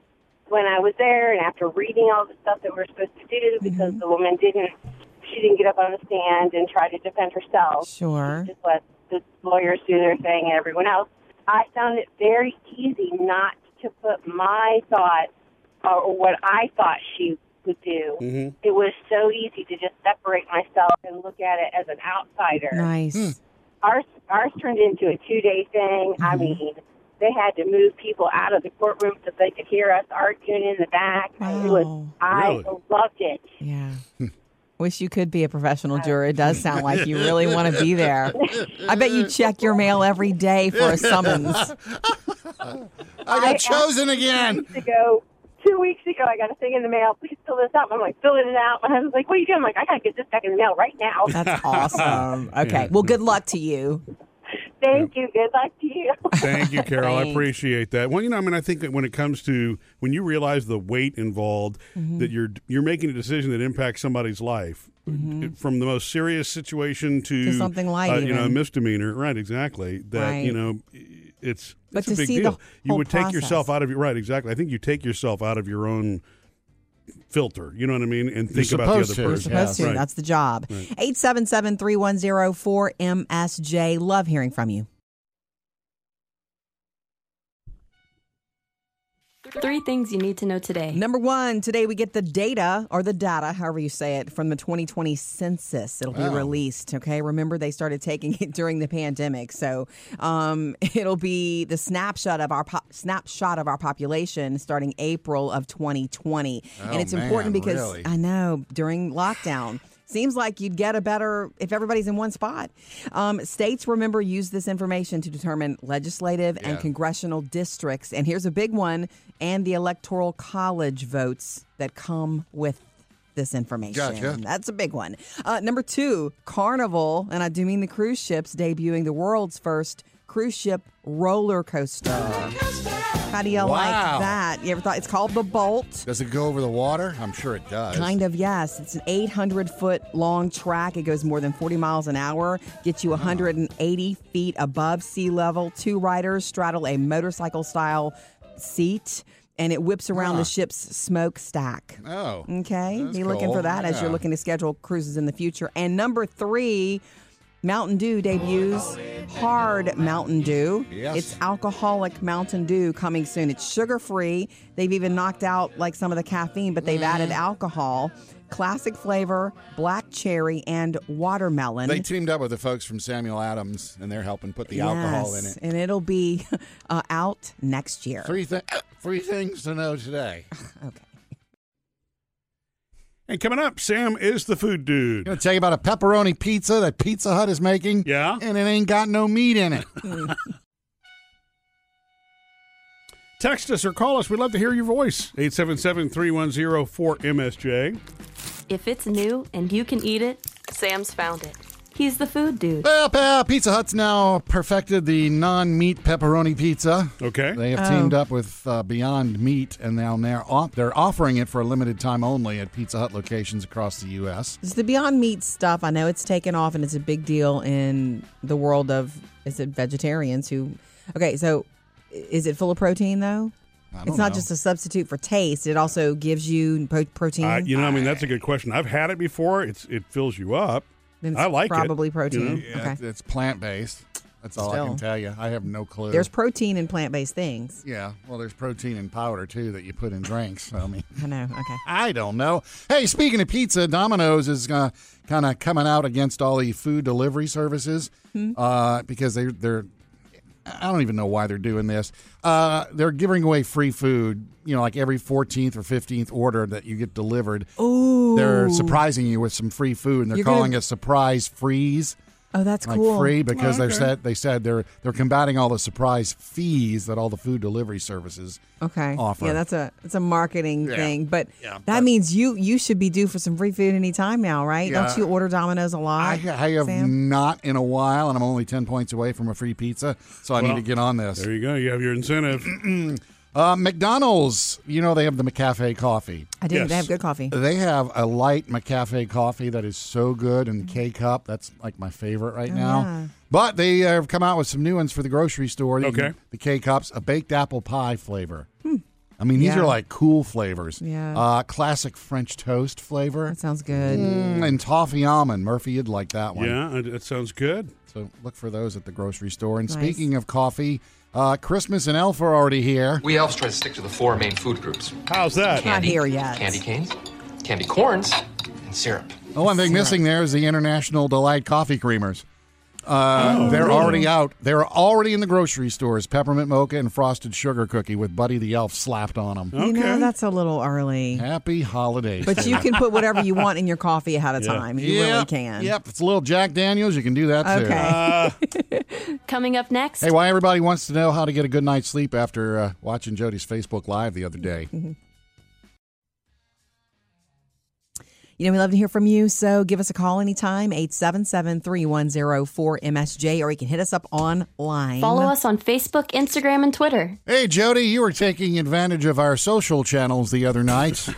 Speaker 8: when I was there and after reading all the stuff that we're supposed to do,
Speaker 2: Mm-hmm.
Speaker 8: because the woman didn't, she didn't get up on the stand and try to defend herself.
Speaker 2: Sure.
Speaker 8: Just let the lawyers do their thing and everyone else. I found it very easy not to put my thoughts or or what I thought she would do. It was so easy to just separate myself and look at it as an outsider
Speaker 2: Nice.
Speaker 3: Hmm.
Speaker 8: ours ours turned into a two day thing. I mean, they had to move people out of the courtroom so they could hear us arguing in the back. It was
Speaker 2: Wow.
Speaker 8: I
Speaker 1: Really?
Speaker 8: loved it.
Speaker 2: Yeah.
Speaker 3: Hmm.
Speaker 2: Wish you could be a professional juror. It does sound like you really want to be there. I bet you check your mail every day for a summons.
Speaker 3: I got chosen again.
Speaker 8: To go two weeks ago, I got a thing in the mail. Please fill this out. I'm like filling it out. My husband's like, "What are you doing?" I'm like, "I gotta get this back in the mail right now."
Speaker 2: That's awesome. Okay. Well, good luck to you.
Speaker 8: Thank you. Good luck to you.
Speaker 1: Thank you, Carol. I
Speaker 2: Thanks.
Speaker 1: appreciate that. Well, you know, I mean, I think that when it comes to when you realize the weight involved,
Speaker 2: Mm-hmm.
Speaker 1: that you're you're making a decision that impacts somebody's life, from the most serious situation to,
Speaker 2: Mm-hmm. To something light
Speaker 1: uh, you know, a
Speaker 2: even.
Speaker 1: misdemeanor. Right? Exactly. That you
Speaker 2: Right.
Speaker 1: know, i- it's
Speaker 2: But
Speaker 1: it's a
Speaker 2: to
Speaker 1: big
Speaker 2: see the
Speaker 1: deal. you
Speaker 2: whole
Speaker 1: would take yourself
Speaker 2: process.
Speaker 1: out of your right. Exactly. I think you take yourself out of your own filter. You know what I mean? And think about the
Speaker 3: supposed
Speaker 1: other
Speaker 3: to.
Speaker 1: person.
Speaker 3: You're
Speaker 2: You're supposed to.
Speaker 1: Right.
Speaker 2: That's the job. 877 310 4MSJ. Love hearing from you.
Speaker 6: Three things you need to know today.
Speaker 2: Number one, today we get the data or the data, however you say it, from the 2020 census. It'll be released. Okay. Remember, they started taking it during the pandemic, so um, it'll be the snapshot of our po- snapshot of our population starting April of 2020,
Speaker 3: Oh,
Speaker 2: and it's
Speaker 3: man,
Speaker 2: important because
Speaker 3: really?
Speaker 2: I know during lockdown. Seems like you'd get a better if everybody's in one spot. Um, states, remember, use this information to determine legislative and congressional districts. And here's a big one and the electoral college votes that come with this information.
Speaker 3: Gotcha.
Speaker 2: That's a big one. Uh, number two, Carnival, and I do mean the cruise ships debuting the world's first cruise ship roller coaster. How do you
Speaker 3: Wow.
Speaker 2: like that? You ever thought it's called the Bolt?
Speaker 3: Does it go over the water? I'm sure it does.
Speaker 2: Kind of, yes. It's an 800 foot long track. It goes more than 40 miles an hour, gets you 180 feet above sea level. Two riders straddle a motorcycle style seat, and it whips around the ship's smokestack.
Speaker 3: Oh.
Speaker 2: Okay,
Speaker 3: That's
Speaker 2: be looking
Speaker 3: cool.
Speaker 2: for that as
Speaker 3: Yeah.
Speaker 2: you're looking to schedule cruises in the future. And number three, Mountain Dew debuts hard Mountain Dew.
Speaker 3: Yes.
Speaker 2: It's alcoholic Mountain Dew coming soon. It's sugar free. They've even knocked out like some of the caffeine, but they've added
Speaker 3: Mm-hmm.
Speaker 2: alcohol. Classic flavor, black cherry, and watermelon.
Speaker 3: They teamed up with the folks from Samuel Adams, and they're helping put the alcohol in
Speaker 2: Yes,
Speaker 3: it.
Speaker 2: And it'll be uh, out next year.
Speaker 3: Three, thi- three things to know today.
Speaker 2: Okay.
Speaker 1: And coming up, Sam is the food dude.
Speaker 3: I'm going to tell you about a pepperoni pizza that Pizza Hut is making.
Speaker 1: Yeah?
Speaker 3: And it ain't got no meat in it.
Speaker 1: Text us or call us. We'd love to hear your voice. 877 310 4MSJ.
Speaker 6: If it's new and you can eat it, Sam's found it. He's the food dude.
Speaker 3: well, pal, Pizza Hut's now perfected the non meat pepperoni pizza.
Speaker 1: Okay.
Speaker 3: They have
Speaker 2: Oh.
Speaker 3: teamed up with uh, Beyond Meat, and now they're, off- they're offering it for a limited time only at Pizza Hut locations across the U.S.
Speaker 2: It's the Beyond Meat stuff. I know it's taken off and it's a big deal in the world of is it vegetarians who Okay, so is it full of protein though?
Speaker 3: I
Speaker 2: It's
Speaker 3: don't
Speaker 2: not
Speaker 3: know.
Speaker 2: just a substitute for taste. It also gives you pro- protein.
Speaker 1: I, you know, I mean, that's a good question. I've had it before. It's It fills you up.
Speaker 2: Then it's
Speaker 1: I like
Speaker 2: probably
Speaker 1: it.
Speaker 2: protein.
Speaker 1: know?
Speaker 3: Yeah,
Speaker 2: okay.
Speaker 3: it's- It's plant based. That's all I
Speaker 2: Still.
Speaker 3: can tell you. I have no clue.
Speaker 2: There's protein in plant-based things.
Speaker 3: yeah, well, there's protein in powder too that you put in drinks. So, I mean,
Speaker 2: I know. Okay.
Speaker 3: I don't know. Hey, speaking of pizza, Domino's is uh, kind of coming out against all the food delivery services
Speaker 2: Hmm.
Speaker 3: uh, because they they're I don't even know why they're doing this. Uh, they're giving away free food. You know, like every 14th or 15th order that you get delivered,
Speaker 2: Ooh.
Speaker 3: they're surprising you with some free food, and they're
Speaker 2: You're
Speaker 3: calling
Speaker 2: gonna-
Speaker 3: it surprise freeze.
Speaker 2: Oh, that's
Speaker 3: like
Speaker 2: cool.
Speaker 3: free because they said they said they're they're combating all the surprise fees that all the food delivery services
Speaker 2: Okay.
Speaker 3: offer.
Speaker 2: Yeah, that's a it's a marketing
Speaker 3: Yeah.
Speaker 2: thing, but
Speaker 3: Yeah,
Speaker 2: that
Speaker 3: but-
Speaker 2: means you you should be due for some free food anytime now, right?
Speaker 3: Yeah.
Speaker 2: Don't you order Domino's a lot?
Speaker 3: I, I have
Speaker 2: Sam?
Speaker 3: not in a while, and I'm only ten points away from a free pizza, so I
Speaker 1: Well,
Speaker 3: need to get on this.
Speaker 1: There you go. You have your incentive.
Speaker 3: Uh, McDonald's, you know they have the McCafe coffee.
Speaker 2: I do.
Speaker 1: Yes.
Speaker 2: They have good coffee.
Speaker 3: They have a light McCafe coffee that is so good in K cup. That's like my favorite right now.
Speaker 2: Oh, yeah.
Speaker 3: But they have come out with some new ones for the grocery store. You can-
Speaker 1: Okay.
Speaker 3: The K cups, a baked apple pie flavor. I mean, these
Speaker 2: Hmm. Yeah.
Speaker 3: are like cool flavors.
Speaker 2: Yeah.
Speaker 3: Uh, classic French toast flavor.
Speaker 2: That sounds good.
Speaker 3: Mm, and toffee almond. Murphy, you'd like that one.
Speaker 1: yeah, that- that sounds good.
Speaker 3: So look for those at the grocery store. And
Speaker 2: Nice.
Speaker 3: speaking of coffee, uh, Christmas and Elf are already here.
Speaker 9: We elves try to stick to the four main food groups
Speaker 1: How's that?
Speaker 2: Not here yet.
Speaker 9: candy canes, candy corns, and syrup.
Speaker 3: The one thing missing there is the International Delight Coffee Creamers.
Speaker 2: Oh,
Speaker 3: Uh, they're already out. They're already in the grocery stores. Peppermint mocha and frosted sugar cookie with Buddy the Elf slapped on them.
Speaker 2: You know,
Speaker 1: Okay.
Speaker 2: that's a little early.
Speaker 3: Happy holidays.
Speaker 2: Oh. But you can put whatever you want in your coffee ahead of time. You really
Speaker 3: Yep,
Speaker 2: can.
Speaker 3: Yep, it's a little Jack Daniels. You can do that too.
Speaker 2: Okay.
Speaker 6: Coming up next,
Speaker 3: Hey, why everybody wants to know how to get a good night's sleep after uh, watching Jody's Facebook Live the other day.
Speaker 2: Mm-hmm. You know, we love to hear from you. So give us a call anytime, 877-310-4MSJ, or you can hit us up online.
Speaker 6: follow us on Facebook, Instagram, and Twitter.
Speaker 3: Hey, Jody, you were taking advantage of our social channels the other night.
Speaker 2: Yes,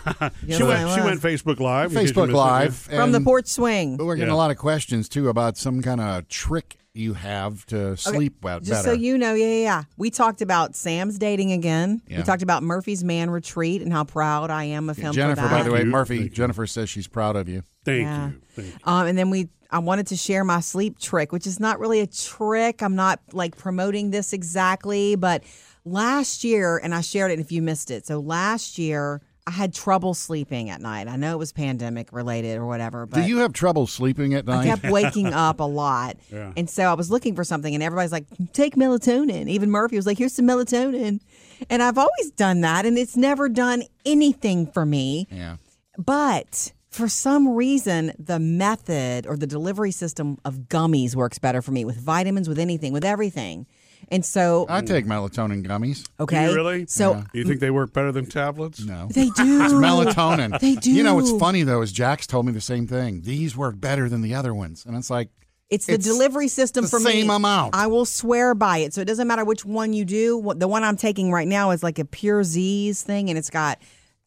Speaker 1: she,
Speaker 2: I
Speaker 1: went,
Speaker 2: was.
Speaker 1: she went Facebook Live. in case you
Speaker 3: Facebook
Speaker 1: missed it.
Speaker 3: Live.
Speaker 2: From the
Speaker 3: and-
Speaker 2: porch swing.
Speaker 3: But we're getting
Speaker 1: Yeah.
Speaker 3: a lot of questions too about some kind of trick you have to sleep well
Speaker 2: Just so
Speaker 3: better.
Speaker 2: you know, yeah, yeah, yeah. We talked about Sam's dating again.
Speaker 3: Yeah.
Speaker 2: We talked about Murphy's man retreat and how proud I am of him.
Speaker 3: Jennifer,
Speaker 2: for that.
Speaker 3: by the way,
Speaker 1: Thank you.
Speaker 3: Murphy.
Speaker 1: Thank you.
Speaker 3: Jennifer says she's proud of you.
Speaker 1: Thank
Speaker 2: Yeah.
Speaker 1: you. Thank you.
Speaker 2: Um, and then we, I wanted to share my sleep trick, which is not really a trick. I'm not like promoting this exactly, but last year, and I shared it if you missed it. So last year, I had trouble sleeping at night. I know it was pandemic related or whatever, but
Speaker 3: Do you have trouble sleeping at
Speaker 2: I
Speaker 3: night?
Speaker 2: kept waking up a lot. And so I was looking for something, and everybody's like, take melatonin. Even Murphy was like, here's some melatonin. And I've always done that, and it's never done anything for me.
Speaker 3: Yeah.
Speaker 2: But for some reason, the method or the delivery system of gummies works better for me with vitamins, with anything, with everything. And so,
Speaker 3: I take melatonin gummies.
Speaker 1: Do
Speaker 2: okay.
Speaker 1: you really?
Speaker 2: So
Speaker 1: Do you think they work better than tablets?
Speaker 3: No.
Speaker 2: they do.
Speaker 3: It's melatonin.
Speaker 2: They do.
Speaker 3: You know what's funny though is Jax told me the same thing. These work better than the other ones, and it's like
Speaker 2: It's the
Speaker 3: It's
Speaker 2: delivery system
Speaker 3: the
Speaker 2: for me.
Speaker 3: same amount.
Speaker 2: I will swear by it. So it doesn't matter which one you do. What- The one I'm taking right now is like a pure Z's thing, and it's got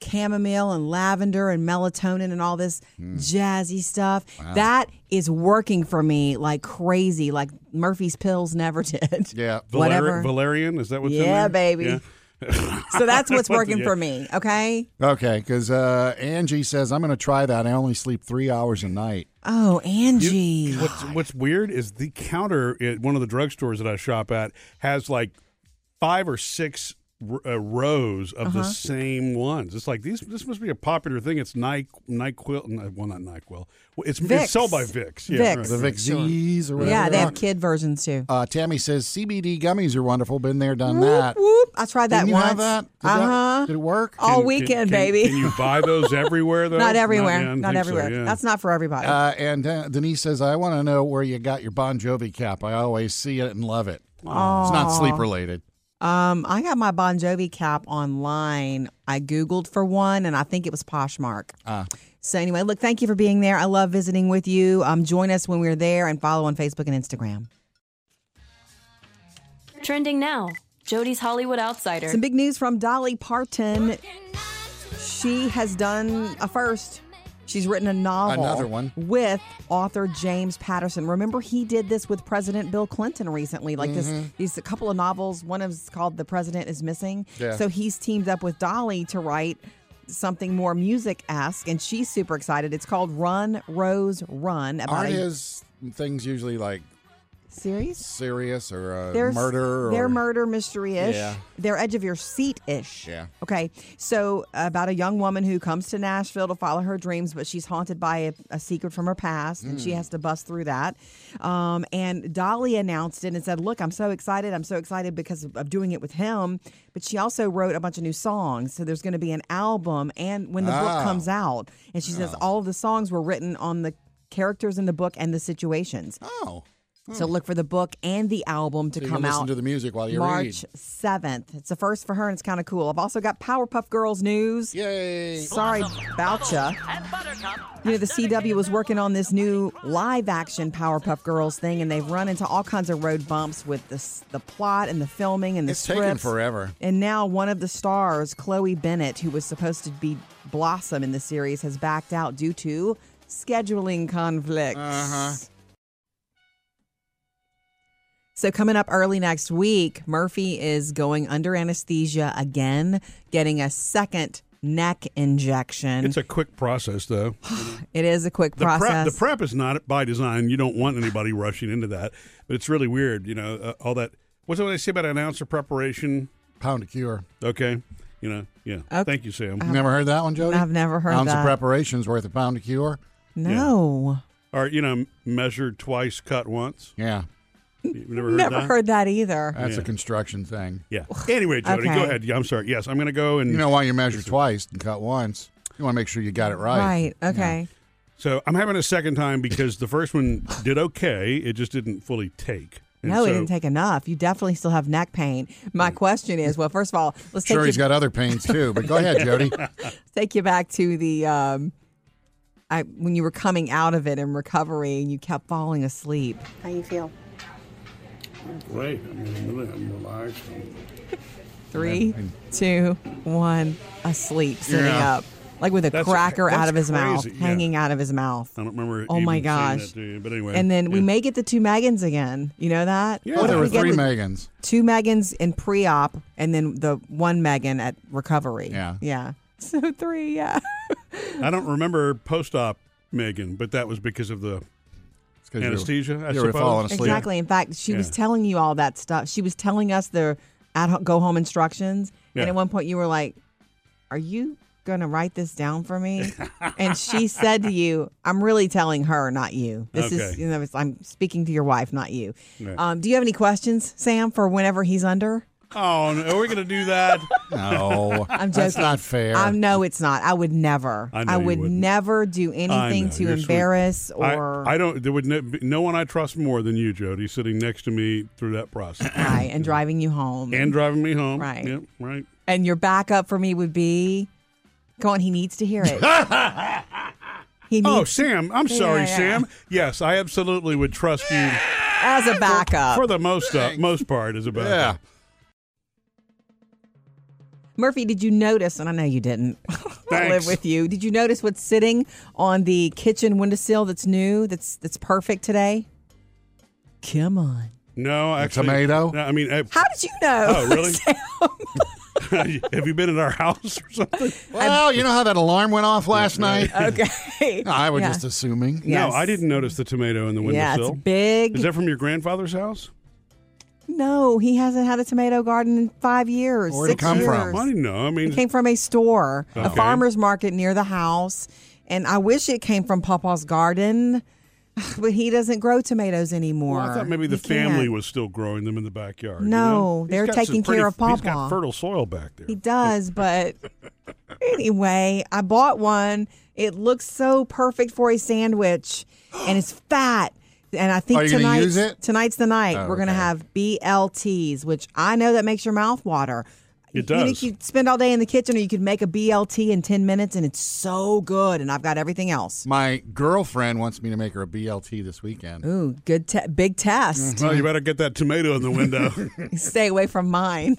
Speaker 2: chamomile and lavender and melatonin and all this
Speaker 3: Hmm.
Speaker 2: jazzy stuff. That is working for me like crazy, like Murphy's pills never did.
Speaker 3: yeah.
Speaker 1: Valeri-
Speaker 2: Whatever.
Speaker 1: Valerian? Is that what's in
Speaker 2: Yeah,
Speaker 1: there?
Speaker 2: baby. So that's
Speaker 1: What
Speaker 2: what's
Speaker 1: the-
Speaker 2: working for me. Okay.
Speaker 3: Okay, because uh, Angie says I'm going to try that. I only sleep three hours a night.
Speaker 2: Oh, Angie.
Speaker 1: You, what's, what's weird is the counter at one of the drugstores that I shop at has like five or six r- uh, rows of
Speaker 2: Uh-huh.
Speaker 1: the same ones. It's like these. This must be a popular thing. It's Ny, Nyquil. Ny- Well, not Nyquil. Well, It's,
Speaker 2: Vicks.
Speaker 1: it's sold by Vicks. Yeah,
Speaker 2: Vicks.
Speaker 1: right.
Speaker 3: The Vixies or whatever.
Speaker 2: yeah, they
Speaker 3: are.
Speaker 2: have kid versions too.
Speaker 3: Uh, Tammy says CBD gummies are wonderful. Been there, done that.
Speaker 2: Whoop, whoop. I tried that
Speaker 3: Didn't you
Speaker 2: once.
Speaker 3: have that? Did, that-
Speaker 2: Uh
Speaker 3: did
Speaker 2: huh.
Speaker 3: it work?
Speaker 2: All
Speaker 1: Can- can- can-
Speaker 2: weekend, baby.
Speaker 1: Can you buy those everywhere though?
Speaker 2: not everywhere.
Speaker 1: yeah, I
Speaker 2: Not,
Speaker 1: don't think so,
Speaker 2: everywhere.
Speaker 1: yeah.
Speaker 2: That's not for everybody.
Speaker 3: Uh, and uh, Denise says, I want to know where you got your Bon Jovi cap. I always see it and love it. It's not sleep related.
Speaker 2: um, I got my Bon Jovi cap online. I Googled for one and I think it was Poshmark. So, anyway, look, thank you for being there. I love visiting with you. Um, join us when we're there and follow on Facebook and Instagram.
Speaker 6: Trending now, Jody's Hollywood Outsider.
Speaker 2: Some big news from Dolly Parton. She has done a first. She's written a novel.
Speaker 3: Another one.
Speaker 2: With author James Patterson. Remember, he did this with President Bill Clinton recently. Like
Speaker 3: Mm-hmm.
Speaker 2: this, these a couple of novels. One of is called The President is Missing.
Speaker 3: Yeah.
Speaker 2: So he's teamed up with Dolly to write something more music esque, and she's super excited. It's called Run, Rose, Run. About
Speaker 3: Aren't
Speaker 2: a
Speaker 3: his things usually like
Speaker 2: series?
Speaker 3: serious or uh,
Speaker 2: They're
Speaker 3: murder? Or,
Speaker 2: they're murder mystery ish.
Speaker 3: Yeah.
Speaker 2: They're edge of your seat ish.
Speaker 3: Yeah.
Speaker 2: Okay. So about a young woman who comes to Nashville to follow her dreams, but she's haunted by a, a secret from her past, and
Speaker 3: Hmm.
Speaker 2: she has to bust through that. Um, and Dolly announced it and said, "Look, I'm so excited! I'm so excited because of, of doing it with him." But she also wrote a bunch of new songs, so there's going to be an album, and when the book
Speaker 3: Ah. Oh.
Speaker 2: comes out, and she says all of the songs were written on the characters in the book and the situations.
Speaker 3: Oh.
Speaker 2: So look for the book and the album to
Speaker 3: So you can
Speaker 2: come
Speaker 3: listen
Speaker 2: out
Speaker 3: to the music while you
Speaker 2: March seventh. It's the first for her, and it's kind of cool. I've also got Powerpuff Girls news.
Speaker 3: read. Yay!
Speaker 2: Sorry, Boucha. You know, the CW was working on this new live action Powerpuff Girls thing, and they've run into all kinds of road bumps with this, the plot and the filming and the
Speaker 3: It's
Speaker 2: scripts.
Speaker 3: taken forever.
Speaker 2: And now one of the stars, Chloe Bennett, who was supposed to be Blossom in the series, has backed out due to scheduling conflicts.
Speaker 3: Uh-huh.
Speaker 2: So, coming up early next week, Murphy is going under anesthesia again, getting a second neck injection.
Speaker 1: It's a quick process, though.
Speaker 2: It is a quick
Speaker 1: The
Speaker 2: process.
Speaker 1: prep, the prep is not by design. You don't want anybody rushing into that, but it's really weird. You know, uh, all that. What's what I say about announcer preparation?
Speaker 3: Pound of cure.
Speaker 1: Okay, you know, yeah.
Speaker 2: Okay. Uh-huh.
Speaker 1: Thank you, Sam.
Speaker 3: You never heard that one, Jody?
Speaker 2: I've never heard
Speaker 3: Ounce
Speaker 2: that.
Speaker 3: of preparation's worth a pound of cure.
Speaker 2: no,
Speaker 1: Or you know, measure twice, cut once.
Speaker 3: Yeah,
Speaker 1: You never heard
Speaker 2: never
Speaker 1: that.
Speaker 2: heard that either.
Speaker 3: that's
Speaker 1: Yeah.
Speaker 3: a construction thing.
Speaker 1: yeah. Anyway, Jody,
Speaker 2: Okay.
Speaker 1: go ahead. Yeah, I'm sorry. Yes, I'm going to go and
Speaker 3: You know why you measure twice and cut once? You want to make sure you got it right.
Speaker 2: right. Okay.
Speaker 1: So I'm having a second time because the first one did okay. It just didn't fully take. And
Speaker 2: No,
Speaker 1: so,
Speaker 2: it didn't take enough. You definitely still have neck pain. My question is, well, first of all, let's
Speaker 3: Sure,
Speaker 2: take
Speaker 3: he's
Speaker 2: you,
Speaker 3: got other pains too, but go ahead, Jody.
Speaker 2: take you back to the um, I, when you were coming out of it and recovery, and you kept falling asleep.
Speaker 8: How you feel?
Speaker 1: Great. I mean, really, I'm relaxed.
Speaker 2: Three, two, one, asleep, sitting
Speaker 3: Yeah.
Speaker 2: up, like with a
Speaker 1: That's-
Speaker 2: cracker out
Speaker 1: that's
Speaker 2: of his mouth,
Speaker 1: crazy, yeah.
Speaker 2: hanging out of his mouth.
Speaker 1: I don't remember.
Speaker 2: Oh
Speaker 1: even
Speaker 2: my
Speaker 1: saying
Speaker 2: gosh.
Speaker 1: that to you, But anyway,
Speaker 2: And then we
Speaker 1: yeah.
Speaker 2: may get the two Megans again. You know that?
Speaker 1: Yeah.
Speaker 3: Oh,
Speaker 1: What
Speaker 3: there
Speaker 1: if
Speaker 3: were
Speaker 1: we get
Speaker 3: three
Speaker 2: the-
Speaker 3: Megans.
Speaker 2: two Megans in pre-op, and then the one Megan at recovery.
Speaker 3: Yeah.
Speaker 2: yeah. So three, yeah.
Speaker 1: I don't remember post-op Megan, but that was because of the
Speaker 3: It's 'cause you were-
Speaker 1: Anesthesia, I
Speaker 3: You were
Speaker 1: suppose.
Speaker 3: falling asleep.
Speaker 2: exactly. In fact, she was
Speaker 1: Yeah.
Speaker 2: telling you all that stuff. She was telling us the at ho- go home instructions,
Speaker 1: Yeah.
Speaker 2: and at one point you were like, "Are you?" Gonna write this down for me, and she said to you, "I'm really telling her, not you. This is,
Speaker 1: Okay.
Speaker 2: you know, it's, I'm speaking to your wife, not you."
Speaker 1: Yeah.
Speaker 2: Um, do you have any questions, Sam, for whenever he's under?
Speaker 1: Oh, no, are we going to do that?
Speaker 3: No,
Speaker 2: I'm
Speaker 3: that's
Speaker 2: joking.
Speaker 3: not fair.
Speaker 2: I no, it's not. I would never.
Speaker 1: I know you
Speaker 2: would
Speaker 1: wouldn't.
Speaker 2: never do anything
Speaker 1: know,
Speaker 2: to
Speaker 1: you're sweet.
Speaker 2: embarrass
Speaker 1: I,
Speaker 2: or
Speaker 1: I don't. There would no, be no one I trust more than you, Jody, sitting next to me through that process
Speaker 2: right, and driving you home.
Speaker 1: and driving me home.
Speaker 2: Right.
Speaker 1: Yep. Right.
Speaker 2: And your backup for me would be, come on, he needs to hear it. he
Speaker 1: Oh,
Speaker 2: needs
Speaker 1: Sam. I'm sorry,
Speaker 2: yeah.
Speaker 1: Sam. Yes, I absolutely would trust you
Speaker 2: as a backup.
Speaker 1: for the most uh, most part. Is about
Speaker 3: yeah,
Speaker 2: Murphy, did you notice? And I know you didn't. I live
Speaker 1: Thanks.
Speaker 2: with you. Did you notice what's sitting on the kitchen windowsill that's new? That's that's perfect today. Come on.
Speaker 1: No, actually,
Speaker 3: tomato?
Speaker 1: No, I mean, I-
Speaker 2: How did you know?
Speaker 1: Oh, really? have you been at our house or something?
Speaker 3: Well, you know how that alarm went off last night?
Speaker 2: okay.
Speaker 3: No, I was
Speaker 2: Yeah.
Speaker 3: just assuming.
Speaker 2: Yes.
Speaker 1: No, I didn't notice the tomato in the
Speaker 2: Yeah,
Speaker 1: windowsill.
Speaker 2: it's big.
Speaker 1: Is that from your grandfather's house?
Speaker 2: No, he hasn't had a tomato garden in five years.
Speaker 3: Where'd it
Speaker 2: six
Speaker 3: come
Speaker 2: years.
Speaker 3: from?
Speaker 1: I didn't know. I mean,
Speaker 2: It came from a store, a
Speaker 1: Okay.
Speaker 2: farmer's market near the house. And I wish it came from Papa's garden, but he doesn't grow tomatoes anymore.
Speaker 1: well, I thought maybe the
Speaker 2: He
Speaker 1: family
Speaker 2: can't.
Speaker 1: was still growing them in the backyard. you
Speaker 2: No,
Speaker 1: know? He's
Speaker 2: they're
Speaker 1: got some
Speaker 2: taking
Speaker 1: pretty-
Speaker 2: care of
Speaker 1: He's
Speaker 2: Pawpaw.
Speaker 1: got fertile soil back there.
Speaker 2: He does, but anyway, I bought one. It looks so perfect for a sandwich, and it's fat. And I think
Speaker 3: Are you gonna
Speaker 2: tonight's
Speaker 3: use it?
Speaker 2: tonight's the night
Speaker 3: Oh,
Speaker 2: we're gonna
Speaker 3: okay.
Speaker 2: have BLTs, which I know that makes your mouth water.
Speaker 1: It
Speaker 2: You, know, you
Speaker 1: does.
Speaker 2: could spend all day in the kitchen, or you could make a BLT in ten minutes, and it's so good. And I've got everything else.
Speaker 3: My girlfriend wants me to make her a BLT this weekend.
Speaker 2: Ooh, good, te- big test.
Speaker 3: Mm-hmm.
Speaker 1: Well, you better get that tomato in the window.
Speaker 2: Stay away from mine.